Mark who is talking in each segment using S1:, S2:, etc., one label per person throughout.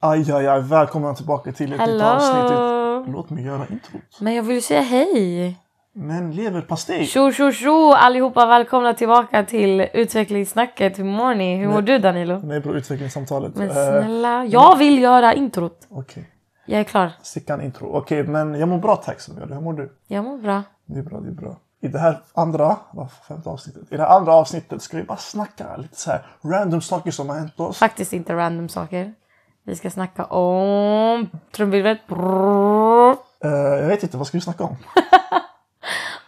S1: Aj, aj, aj. Välkomna tillbaka till ett nytt avsnitt.
S2: Hallå!
S1: Låt mig göra introt.
S2: Men jag vill ju säga hej!
S1: Men leverpastej!
S2: Tjo tjo tjo allihopa! Välkomna tillbaka till utvecklingssnacket. Hur mår ni? Hur mår
S1: Men-
S2: du Danilo?
S1: Nej, bra utvecklingssamtalet.
S2: Men
S1: Eh,
S2: snälla, jag vill göra introt.
S1: Okej,
S2: Jag är klar.
S1: stickan intro. Okej, men jag mår bra tack så mycket. Hur mår du?
S2: Jag mår bra.
S1: Det är bra, det är bra. I det här andra, vad för femte avsnittet? I det här andra avsnittet ska vi bara snacka lite så här random saker som har hänt oss.
S2: Faktiskt inte random saker. Vi ska snacka om trumvirvlet. Brrrr.
S1: Eh, jag vet inte, vad ska vi snacka om?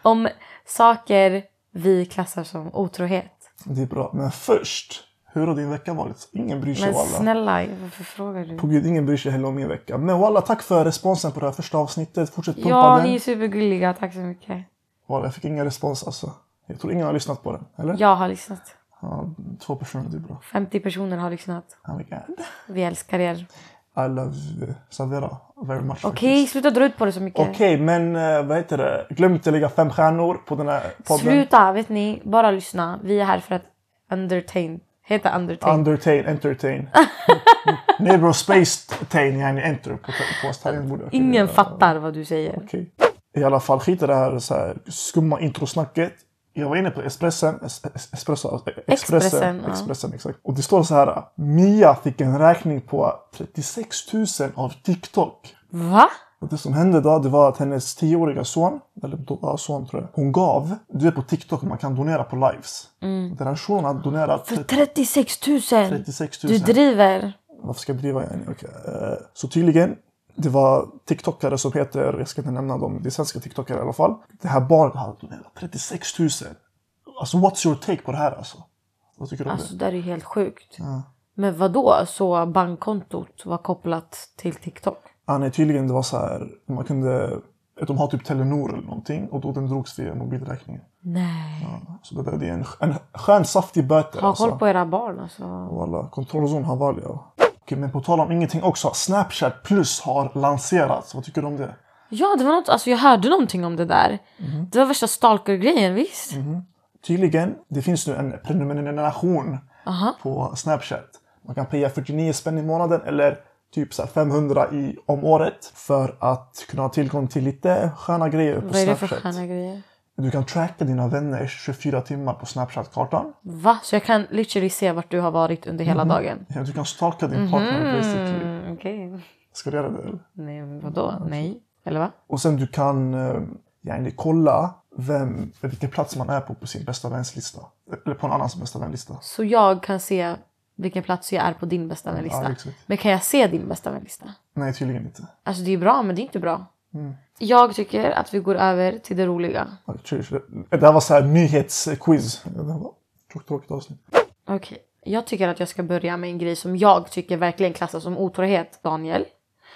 S2: Om saker vi klassar som otrohet.
S1: Det är bra. Men först, hur har din vecka varit? Ingen bryr sig
S2: Men
S1: walla.
S2: snälla, varför frågar du?
S1: På gud, ingen bryr sig heller om min vecka. Men walla, tack för responsen på det här första avsnittet. Fortsätt pumpa
S2: Ja,
S1: den.
S2: ni är supergulliga. Tack så mycket.
S1: Walla, jag fick ingen respons alltså. Jag tror ingen har lyssnat på den, eller?
S2: Jag har lyssnat.
S1: Ja, två personer, det är bra.
S2: 50 personer har lyssnat.
S1: Oh my god.
S2: Vi älskar er.
S1: I love you, Savera very much.
S2: Okej,
S1: faktiskt.
S2: sluta dra ut på det så mycket.
S1: Okej, men eh, vad heter det? Glöm inte lägga fem stjärnor på den här podden.
S2: Sluta, vet ni? Bara lyssna. Vi är här för att entertain. Heta entertain.
S1: Undertain, entertain. Nej bro, space tain, yani enter på, på tangentbordet. Okej,
S2: Ingen
S1: det är-
S2: fattar vad du säger.
S1: Okej. I alla fall, skit i det här, så här skumma introsnacket. Jag var inne på Expressen. Es, es, espresso, Expressen,
S2: Expressen, ja.
S1: Expressen, exakt. Och det står så här. Mia fick en räkning på 36 000 av TikTok.
S2: Va?
S1: Och det som hände då det var att hennes 10-åriga son, eller då, ja, son tror jag, hon gav, du är på TikTok man kan donera på lives.
S2: Mm.
S1: Den här sonen har donerat
S2: För 36 000!
S1: 36 000.
S2: Du driver.
S1: Varför ska jag driva igen? Okej. Eh, Så tydligen, det var TikTokare som heter, jag ska inte nämna dem, det är svenska TikTokare i alla fall. Det här barnet har donerat 36 000. Alltså what's your take på det här alltså? Vad tycker du om
S2: Alltså det där är ju helt sjukt.
S1: det? Ja.
S2: Men vad då? Så bankkontot var kopplat till TikTok?
S1: Ah, nej, tydligen det var så här, man kunde, de har typ Telenor eller någonting och då den drogs via mobilräkningen.
S2: Nej.
S1: Ja, Så det där det är en, en skön saftig böter.
S2: Ha
S1: alltså.
S2: koll på era barn alltså.
S1: Walla, kontrollzon har val ja. Okej, men på tal om ingenting också. Snapchat plus har lanserats. Vad tycker du om det?
S2: Ja, det var något. Alltså jag hörde någonting om det där.
S1: Mhm.
S2: Det var värsta stalker-grejen, visst?
S1: Tydligen, det finns nu en prenumeration
S2: Aha.
S1: på Snapchat. Man kan paya 49 spänn i månaden eller typ så här 500 i, om året för att kunna ha tillgång till lite sköna grejer på
S2: Vad är det för
S1: Snapchat.
S2: sköna grejer?
S1: Du kan tracka dina vänner 24 timmar på Snapchat-kartan.
S2: Va? Så jag kan literally se vart du har varit under hela dagen?
S1: Du kan stalka din Mhm. partner basically.
S2: Mm, Okej.
S1: Ska du göra det? Eller?
S2: Nej, men vadå? Nej. Eller va?
S1: Och sen du kan eh, yani, kolla vem, vilken plats man är på på sin bästa väns lista. Eller på en annans bästa vänlista.
S2: Så jag kan se vilken plats jag är på din bästa vänlista.
S1: Ja, exakt.
S2: men kan jag se din bästa vänlista?
S1: Nej, tydligen inte.
S2: Alltså det är bra, men det är inte bra.
S1: Mm.
S2: Jag tycker att vi går över till det roliga.
S1: Ja, tjur, tjur. Det här var så här nyhetsquiz. Det här var tråkigt, tråkigt avsnitt.
S2: Okej. Jag tycker att jag ska börja med en grej som jag tycker verkligen klassas som otrohet, Daniel.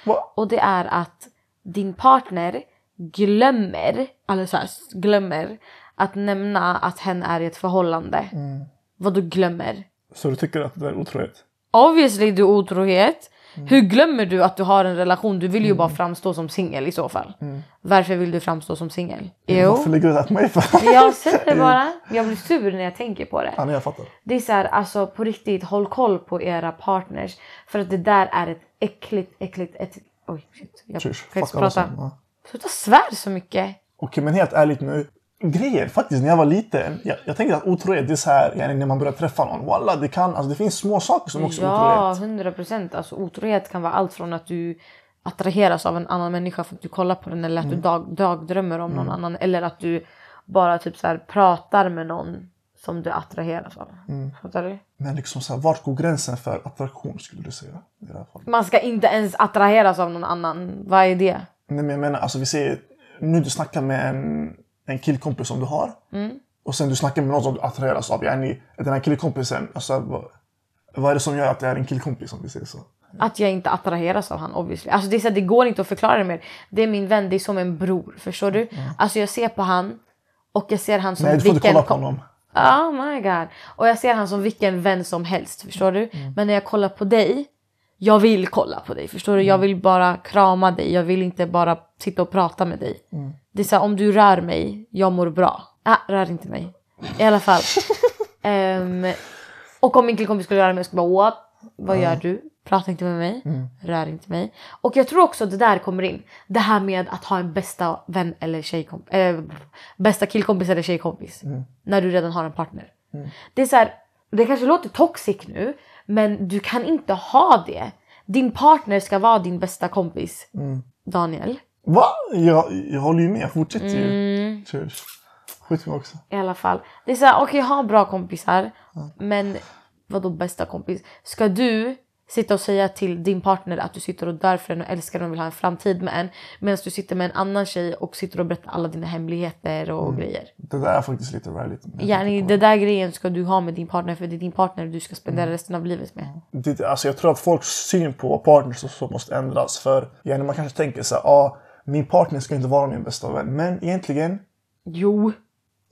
S1: Va?
S2: Och det är att din partner glömmer, eller så här, glömmer att nämna att hen är i ett förhållande.
S1: Mm.
S2: Vad du glömmer?
S1: Så du tycker att det där är otrohet?
S2: Obviously du är otrohet. Hur glömmer du att du har en relation? Du vill ju bara framstå som singel i så fall. Varför vill du framstå som singel? Jo.
S1: Varför lägger du det här på mig? för?
S2: Jag sätter bara. Jag blir sur när jag tänker på det.
S1: ja, nej, jag fattar.
S2: Det är så här, alltså på riktigt, håll koll på era partners. För att det där är ett äckligt, äckligt, äckligt... Oj, shit. Jag kan
S1: Tjur,
S2: inte
S1: fuck alla
S2: prata.
S1: som- ja.
S2: Sluta svär så mycket.
S1: Okej, men helt ärligt nu. Grejen faktiskt, när jag var liten. Jag, jag tänkte att otrohet, det är så här yani, när man börjar träffa någon. Walla, det kan, alltså det finns små saker som också är
S2: Ja,
S1: otrohet.
S2: 100 procent. Alltså, otrohet kan vara allt från att du attraheras av en annan människa för att du kollar på den eller att
S1: Mm.
S2: du dag, dagdrömmer om någon annan eller att du bara typ så här, pratar med någon som du attraheras av.
S1: Mm.
S2: Fattar du?
S1: Men liksom så här, vart går gränsen för attraktion skulle du säga? I det här fallet?
S2: Man ska inte ens attraheras av någon annan. Vad är det?
S1: Nej men jag menar, alltså vi säger nu du snackar med en, en killkompis som du har.
S2: Mm.
S1: Och sen du snackar med någon som du attraheras av. Yani, den här killkompisen, alltså, vad, vad är det som gör att det är en killkompis om vi säger så?
S2: Att jag inte attraheras av han obviously. Alltså det, är så här, det går inte att förklara det mer. Det är min vän, det är som en bror. Förstår du? Alltså jag ser på han och jag ser han som
S1: Mm. Nej du får inte
S2: vilken
S1: kolla på
S2: kom-
S1: honom.
S2: Oh my god. Och jag ser han som vilken vän som helst, förstår du? Men när jag kollar på dig, jag vill kolla på dig, förstår du? Jag vill bara krama dig, jag vill inte bara sitta och prata med dig. Det är så här, om du rör mig, jag mår bra. Ah, rör inte mig. I alla fall. Ehm, och om min killkompis skulle röra mig, jag skulle bara what? Vad gör du? Prata inte med mig.
S1: Mm.
S2: Rör inte mig. Och jag tror också det där kommer in. Det här med att ha en bästa vän eller tjejkompis. Eh, bästa killkompis eller tjejkompis.
S1: Mm.
S2: När du redan har en partner.
S1: Mm.
S2: Det är så här, det kanske låter toxic nu. Men du kan inte ha det. Din partner ska vara din bästa kompis.
S1: Mm.
S2: Daniel.
S1: Va? Jag, jag håller ju med. Fortsätt ju.
S2: Mm,
S1: Cheers. Skit med också.
S2: I alla fall. Det är så här, okej ha bra kompisar. Men vadå bästa kompis? Ska du sitta och säga till din partner att du sitter och dör för den och älskar den och vill ha en framtid med en. Medan du sitter med en annan tjej och sitter och berättar alla dina hemligheter och grejer.
S1: Det där är faktiskt lite rallyt.
S2: Yani, det där grejen ska du ha med din partner för det är din partner du ska spendera resten av livet med.
S1: det, alltså jag tror att folks syn på partners och så måste ändras. För ja, när man kanske tänker så här, ah, min partner ska inte vara min bästa vän. Men egentligen,
S2: Jo,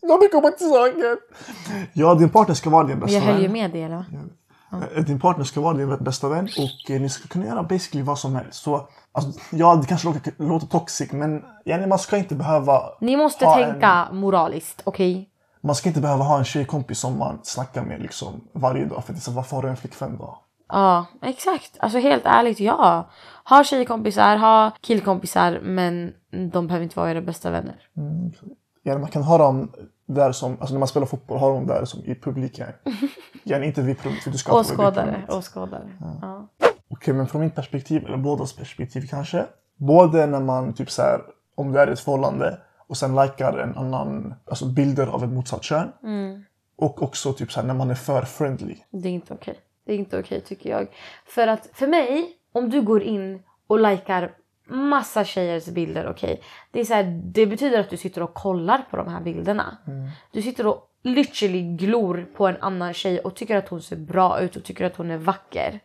S1: låt mig komma till saken. Ja, din partner ska vara din bästa
S2: jag höll ju
S1: vän.
S2: med dig eller?
S1: Eh, Din partner ska vara din bästa vän och eh, ni ska kunna göra basically vad som helst. Så, alltså, ja, det kanske låter, låter toxic, men ja, man ska inte behöva
S2: Ni måste
S1: Ha en-
S2: tänka moraliskt, okej?
S1: Man ska inte behöva ha en tjejkompis som man snackar med liksom varje dag. För det är så, varför har du en flickvän då?
S2: Ja, exakt. Alltså helt ärligt, ja. Ha tjejkompisar, ha killkompisar men de behöver inte vara era bästa vänner.
S1: Ja, Mm. man kan ha dem där som, alltså när man spelar fotboll, ha dem där som i publiken. Gärna inte vid publiken, för du ska alltid vara vid
S2: Åskådare,
S1: publiken.
S2: åskådare. Ja.
S1: Okej, men från mitt perspektiv, eller bådas perspektiv kanske. Både när man typ så här, om du är i ett förhållande och sen likar en annan, alltså bilder av ett motsatt kön.
S2: Mm.
S1: Och också typ så här när man är för friendly.
S2: Det är inte okej. Det är inte okej tycker jag. För att för mig, om du går in och likar massa tjejers bilder, okej. Det, är så här, det betyder att du sitter och kollar på de här bilderna. Du sitter och literally glor på en annan tjej och tycker att hon ser bra ut och tycker att hon är vacker.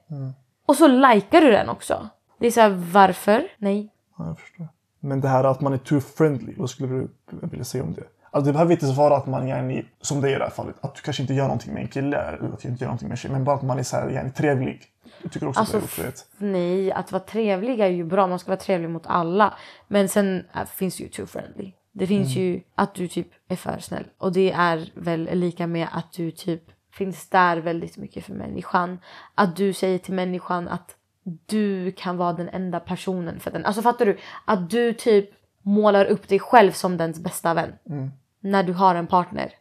S2: Och så likar du den också. Det är så här, varför? Nej.
S1: Ja, jag förstår. Men det här att man är too friendly, vad skulle du vilja säga om det? Alltså det behöver inte vara att man är som det är i det här fallet, att du kanske inte gör någonting med en kille eller att du inte gör någonting med en tjej, men bara att man är så här, gärna trevlig. Jag tycker också
S2: Alltså,
S1: att det är otrevligt.
S2: Nej, att vara trevlig är ju bra. Man ska vara trevlig mot alla. Men sen äh, finns ju too friendly. Det finns ju att du typ är för snäll. Och det är väl lika med att du typ finns där väldigt mycket för människan. Att du säger till människan att du kan vara den enda personen för den. Alltså fattar du? Att du typ målar upp dig själv som dens bästa vän. När du har en partner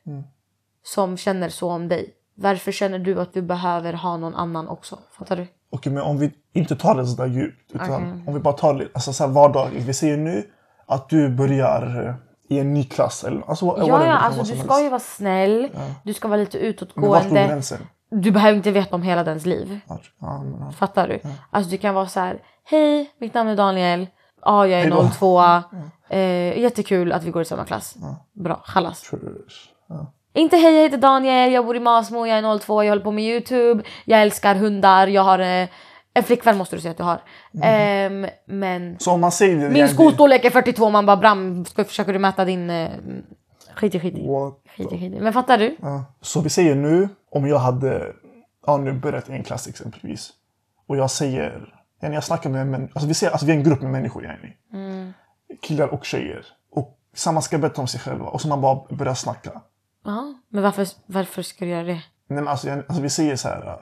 S2: som känner så om dig. Varför känner du att du behöver ha någon annan också? Fattar du?
S1: Okej, men om vi inte tar det så där djupt, utan
S2: Okej.
S1: om vi bara tar det alltså, så här vardagligt. Vi säger nu att du börjar eh, i en ny klass eller alltså,
S2: Ja, ja, alltså du ska ju vara snäll. Du ska vara lite
S1: Men vart går
S2: utåtgående.
S1: gränsen?
S2: Du behöver inte veta om hela dens liv.
S1: Ja, men, ja.
S2: Fattar du? Alltså du kan vara så här. Hej, mitt namn är Daniel. Ja, jag
S1: Hej då.
S2: är 02. Eh, jättekul att vi går i samma klass. Bra, chalas.
S1: Trus. Ja.
S2: Inte hej, jag heter Daniel, jag bor i Masmo, jag är 02, jag håller på med YouTube, jag älskar hundar, jag har eh, en flickvän måste du säga att du har.
S1: Mhm.
S2: Ehm, men
S1: Så om man säger det...
S2: min
S1: igen,
S2: skostorlek är 42, man bara Bram, ska, försöker du mäta din... Eh, skit i skit i.
S1: What?
S2: Skit i skit i. Men fattar du?
S1: Ja. Så vi säger nu, om jag hade ja, nu börjat i en klass exempelvis. Och jag säger, ja, när jag snackar med män, alltså vi, säger, alltså vi är en grupp med människor, yani.
S2: Mm.
S1: killar och tjejer. Och samma ska berätta om sig själva och så man bara börjar snacka.
S2: Ja, men varför, varför ska du göra det?
S1: Nej, men alltså, yani, alltså vi säger så här, äh,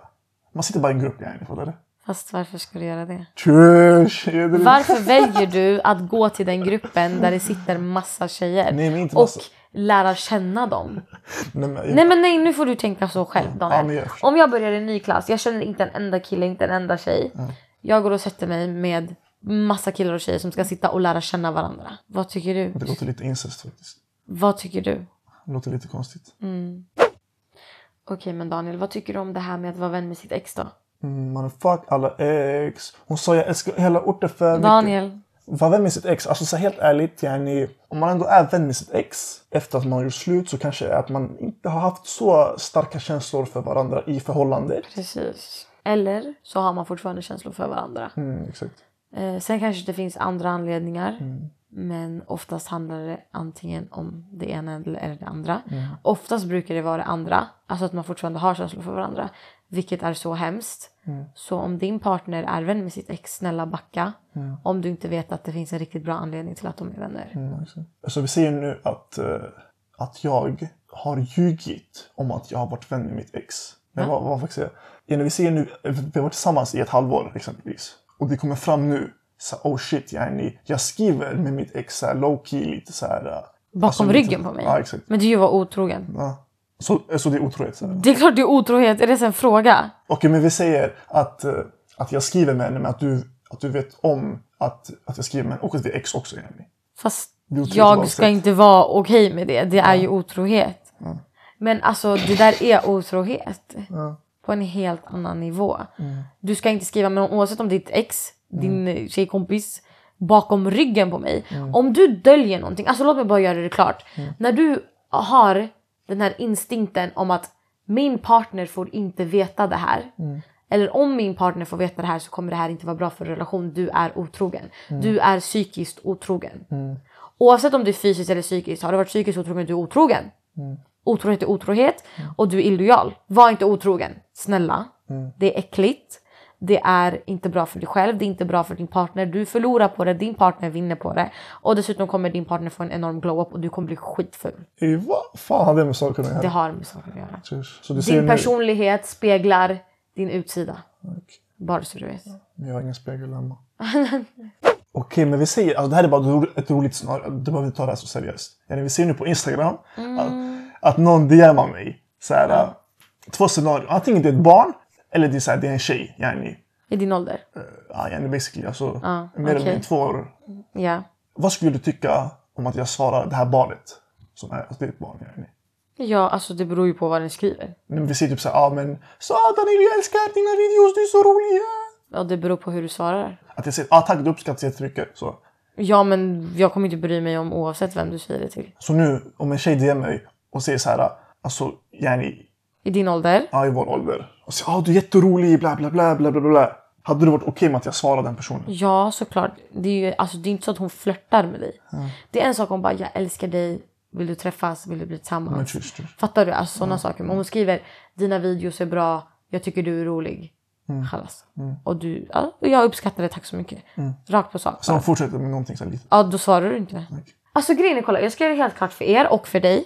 S1: man sitter bara i en grupp, yani, fattar du?
S2: Fast varför ska du göra det?
S1: Tjush! är det-
S2: Varför väljer du att gå till den gruppen där det sitter massa tjejer
S1: Nej, men inte
S2: och
S1: massa.
S2: lära känna dem?
S1: Nej, men,
S2: Nej men nej, nu får du tänka så själv
S1: Mm. Ja, men
S2: Daniel.
S1: jag förstår.
S2: Om jag börjar i en ny klass, jag känner inte en enda kille, inte en enda tjej.
S1: Mm.
S2: Jag går och sätter mig med massa killar och tjejer som ska sitta och lära känna varandra. Vad tycker du?
S1: Det låter lite incest faktiskt.
S2: Vad tycker du? Mm.
S1: Det låter lite konstigt.
S2: Okej men Daniel, vad tycker du om det här med att vara vän med sitt ex då?
S1: Mm, man fuck alla ex. Hon sa jag älskar hela orten för mycket.
S2: Daniel,
S1: Vara vän med sitt ex, alltså så helt ärligt, yani, om man ändå är vän med sitt ex efter att man har gjort slut så kanske det är att man inte har haft så starka känslor för varandra i förhållandet.
S2: precis. Eller så har man fortfarande känslor för varandra.
S1: Mm, exakt.
S2: Eh, sen kanske det finns andra anledningar.
S1: Mm.
S2: Men oftast handlar det antingen om det ena eller det andra.
S1: Mm.
S2: Oftast brukar det vara det andra. Alltså att man fortfarande har känslor för varandra. Vilket är så hemskt.
S1: Mm.
S2: Så om din partner är vän med sitt ex, snälla backa. Om du inte vet att det finns en riktigt bra anledning till att de är vänner.
S1: Mm, exakt. Så vi säger nu att, eh, att jag har ljugit om att jag har varit vän med mitt ex. Men vad, vad fick jag säga? När vi ser nu, vi har varit tillsammans i ett halvår exempelvis. Och det kommer fram nu. Så, oh shit, yani, jag skriver med mitt ex så här, low key lite så här. eh,
S2: Bakom
S1: alltså, lite-
S2: ryggen på mig.
S1: Ja, exakt.
S2: Men du var otrogen.
S1: Ja. Så, så det är otroligt. så här. Okej,
S2: Det är klart det är otrohet, är det ens en fråga?
S1: men vi säger att, eh, att jag skriver med henne men att du, att du vet om att, att jag skriver med henne och att vi är ex också. Yani.
S2: Fast
S1: Det är otroligt
S2: jag
S1: oavsett.
S2: ska inte vara okej med det. Det är ju otrohet. Men alltså det där är otrohet. På en helt annan nivå. Du ska inte skriva med någon oavsett om ditt ex, din eh, tjejkompis bakom ryggen på mig. Om du döljer någonting, alltså låt mig bara göra det klart. När du har den här instinkten om att min partner får inte veta det här. Eller om min partner får veta det här så kommer det här inte vara bra för relation. Du är otrogen. Du är psykiskt otrogen. Oavsett om du är fysiskt eller psykiskt, har du varit psykiskt otrogen, du är otrogen.
S1: Mm.
S2: Otrohet är otrohet och du är illojal. Var inte otrogen. Snälla.
S1: Mm.
S2: Det är äckligt. Det är inte bra för dig själv, det är inte bra för din partner. Du förlorar på det, din partner vinner på det. Och dessutom kommer din partner få en enorm glow-up och du kommer bli skitful.
S1: Eh, Vad fan har det med saker att göra?
S2: Det har med saker att göra.
S1: Så du ser
S2: Din
S1: nu,
S2: personlighet speglar din utsida.
S1: Okej.
S2: Bara så du vet.
S1: men jag har ingen spegel hemma. Okej, men vi säger, alltså det här är bara ett ro- ett roligt scenario, du behöver inte ta det här så seriöst. Yani, vi ser nu på Instagram
S2: Mm.
S1: att, att någon DMar mig. Så här, äh, Två scenarier, antingen det är ett barn eller det är, så här, det är en tjej. Yani, äh,
S2: I din ålder.
S1: ja, yani basically, alltså,
S2: Ja,
S1: mer eller
S2: okej.
S1: mindre två år.
S2: Ja.
S1: Vad skulle du tycka om att jag svarar det här barnet? Som är, alltså, det är ett barn. Yani.
S2: Ja, alltså det beror ju på vad den skriver.
S1: Men vi ser typ så här, ja men så Daniel jag älskar dina videos, du är så rolig.
S2: Ja, det beror på hur du svarar.
S1: Att jag säger, ah tack det uppskattas jättemycket. Så.
S2: Ja, men jag kommer inte bry mig om oavsett vem du säger det till.
S1: Så nu om en tjej DM mig och säger så här, alltså yani,
S2: I din ålder?
S1: ja, i vår ålder. Och säger, ah du är jätterolig, bla bla bla bla bla bla. Hade det varit okej med att jag svarar den personen?
S2: Ja, såklart. Det är ju alltså, det är inte så att hon flörtar med dig. Det är en sak om bara jag älskar dig, vill du träffas, vill du bli tillsammans.
S1: Men tjus, tjus.
S2: Fattar du? Alltså sådana saker. Men hon skriver dina videos är bra, jag tycker du är rolig. Chalas. Och du, ja, och jag uppskattar det, tack så mycket. Rakt på sak.
S1: Så han Alltså, fortsätter med någonting så här lite.
S2: Ja, då svarar du inte. Alltså grejen är, kolla, jag ska göra det helt klart för er och för dig.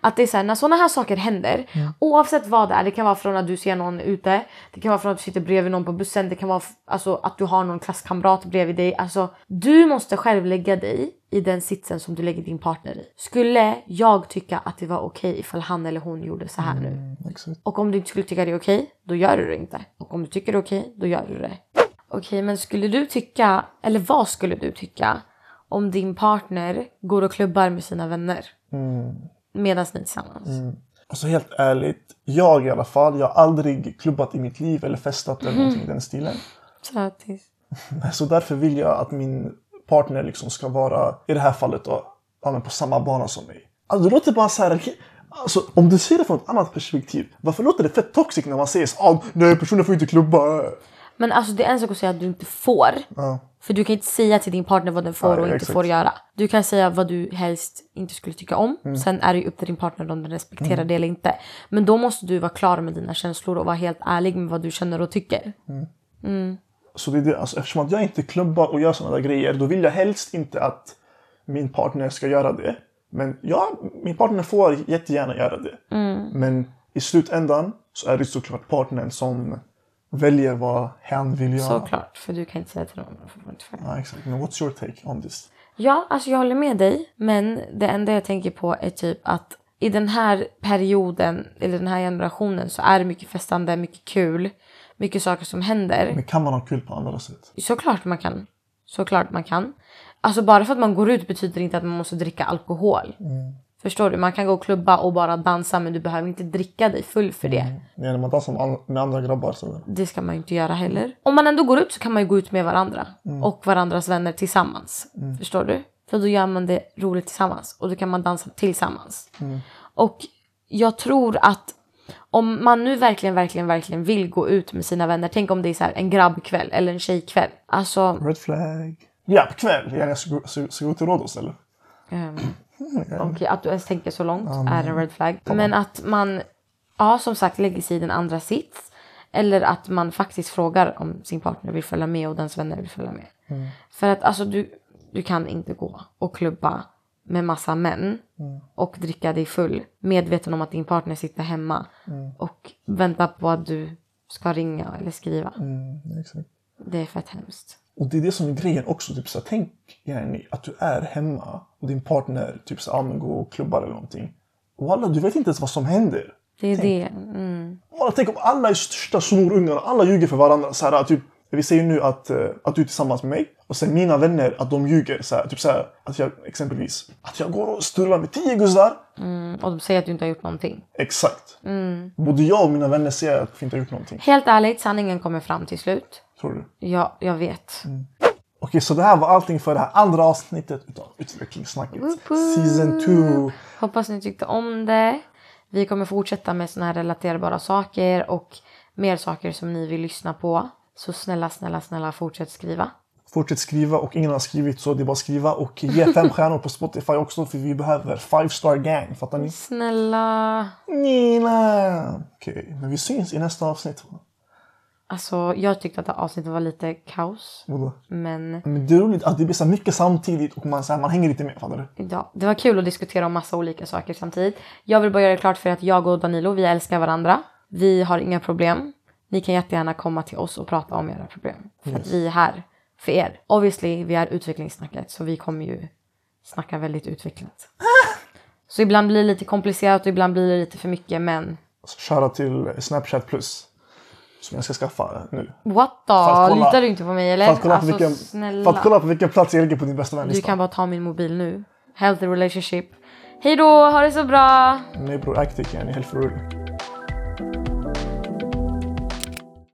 S2: Att det är så här, när sådana här saker händer, oavsett vad det är, det kan vara från att du ser någon ute, det kan vara från att du sitter bredvid någon på bussen, det kan vara f- alltså, att du har någon klasskamrat bredvid dig. Alltså, du måste själv lägga dig i den sitsen som du lägger din partner i. Skulle jag tycka att det var okej ifall han eller hon gjorde så här nu?
S1: Exakt.
S2: Och om du inte skulle tycka det är okej, då gör du det inte. Och om du tycker det är okej, då gör du det. Okej, men skulle du tycka, eller vad skulle du tycka om din partner går och klubbar med sina vänner? Medan ni är tillsammans.
S1: Mm. Alltså helt ärligt, jag i alla fall, jag har aldrig klubbat i mitt liv eller festat eller någonting i den stilen.
S2: Tjatis.
S1: Så därför vill jag att min partner liksom ska vara, i det här fallet då, ja, men på samma bana som mig. Alltså det låter bara så här, okej, alltså, om du ser det från ett annat perspektiv, varför låter det fett toxic när man säger så, ah, nej personen får inte klubba.
S2: Men alltså det är en sak att säga att du inte får.
S1: Ja.
S2: För du kan inte säga till din partner vad den får
S1: Nej,
S2: och inte
S1: exakt.
S2: får göra. Du kan säga vad du helst inte skulle tycka om. Sen är det ju upp till din partner om den respekterar det eller inte. Men då måste du vara klar med dina känslor och vara helt ärlig med vad du känner och tycker.
S1: Så det är det, alltså, eftersom att jag inte klubbar och gör sådana där grejer, då vill jag helst inte att min partner ska göra det. Men ja, min partner får jättegärna göra det. Men i slutändan så är det såklart partnern som väljer vad hen vill göra.
S2: Såklart, för du kan inte säga till någon. vad man inte får.
S1: Ja, exakt. Men what's your take on this?
S2: Ja, alltså jag håller med dig. Men det enda jag tänker på är typ att i den här perioden, eller den här generationen, så är det mycket festande, mycket kul, mycket saker som händer.
S1: Men kan man ha kul på andra sätt?
S2: Såklart man kan. Såklart man kan. Alltså bara för att man går ut betyder inte att man måste dricka alkohol. Förstår du? Man kan gå och klubba och bara dansa men du behöver inte dricka dig full för det.
S1: Nej, när man dansar med an- med andra grabbar så där.
S2: Det ska man ju inte göra heller. Om man ändå går ut så kan man ju gå ut med varandra och varandras vänner tillsammans. Förstår du? För då gör man det roligt tillsammans och då kan man dansa tillsammans. Och jag tror att om man nu verkligen, verkligen, verkligen vill gå ut med sina vänner. Tänk om det är så här en grabbkväll eller en tjejkväll. Alltså,
S1: Red flag. Ja, på kväll. Ja, Jag ska, gå- ska, ska gå till Rhodos eller?
S2: ehm,
S1: Mm.
S2: Okej, att du ens tänker så långt är en red flag. Men att man, ja som sagt, lägger sig i den andra sits. Eller att man faktiskt frågar om sin partner vill följa
S1: Mm.
S2: med och dens vänner vill följa med. För att alltså du, du kan inte gå och klubba med massa män
S1: Mm.
S2: och dricka dig full medveten om att din partner sitter hemma
S1: Mm.
S2: och väntar på att du ska ringa eller skriva.
S1: Mm, exakt.
S2: Det är fett hemskt.
S1: Och det är det som är grejen också. Typ, så här, tänk yani, att du är hemma och din partner typ, så här, ah, men gå och klubbar eller någonting. Walla, du vet inte ens vad som händer.
S2: Det är det. Mm.
S1: Walla, tänk om alla är största snorungar och alla ljuger för varandra. Så här, typ, vi säger nu att, eh, att du är tillsammans med mig och sen mina vänner att de ljuger. Så här, typ så här, att jag exempelvis att jag går och strular med tio guzzar.
S2: Mm. Och de säger att du inte har gjort någonting. Mm.
S1: Exakt. Både jag och mina vänner säger att vi inte har gjort någonting.
S2: Helt ärligt, sanningen kommer fram till slut.
S1: Tror du?
S2: Ja, jag vet.
S1: Okej, så det här var allting för det här andra avsnittet utav Utvecklingssnacket.
S2: Woop woop.
S1: Season 2.
S2: Hoppas ni tyckte om det. Vi kommer fortsätta med såna här relaterbara saker och mer saker som ni vill lyssna på. Så snälla, snälla, snälla fortsätt skriva.
S1: Fortsätt skriva och ingen har skrivit så det är bara att skriva och ge fem stjärnor på Spotify också för vi behöver five star gang. Fattar ni?
S2: Snälla.
S1: Nina! Okej, men vi syns i nästa avsnitt.
S2: Alltså, jag tyckte att det här avsnittet var lite kaos.
S1: Vadå?
S2: Men
S1: Men det är roligt att det blir så här mycket samtidigt och man, så här, man hänger lite med. Fattar du?
S2: ja, det var kul att diskutera om massa olika saker samtidigt. Jag vill bara göra det klart för er att jag och Danilo, vi älskar varandra. Vi har inga problem. Ni kan jättegärna komma till oss och prata om era problem. För att vi är här för er. Obviously, vi är utvecklingssnacket så vi kommer ju snacka väldigt utvecklat. Så ibland blir det lite komplicerat och ibland blir det lite för mycket men
S1: Så shoutout till Snapchat plus. Som jag ska skaffa nu.
S2: what
S1: För att
S2: då?
S1: kolla-
S2: Litar du inte på mig eller?
S1: För att kolla, på, vilken, för
S2: alltså, snälla.
S1: att kolla på vilken plats jag ligger på din bästa
S2: Du
S1: vänlista.
S2: kan bara ta min mobil nu. Healthy relationship. Hej då, ha det så bra!
S1: Nej bror, Actic är en helt för rolig.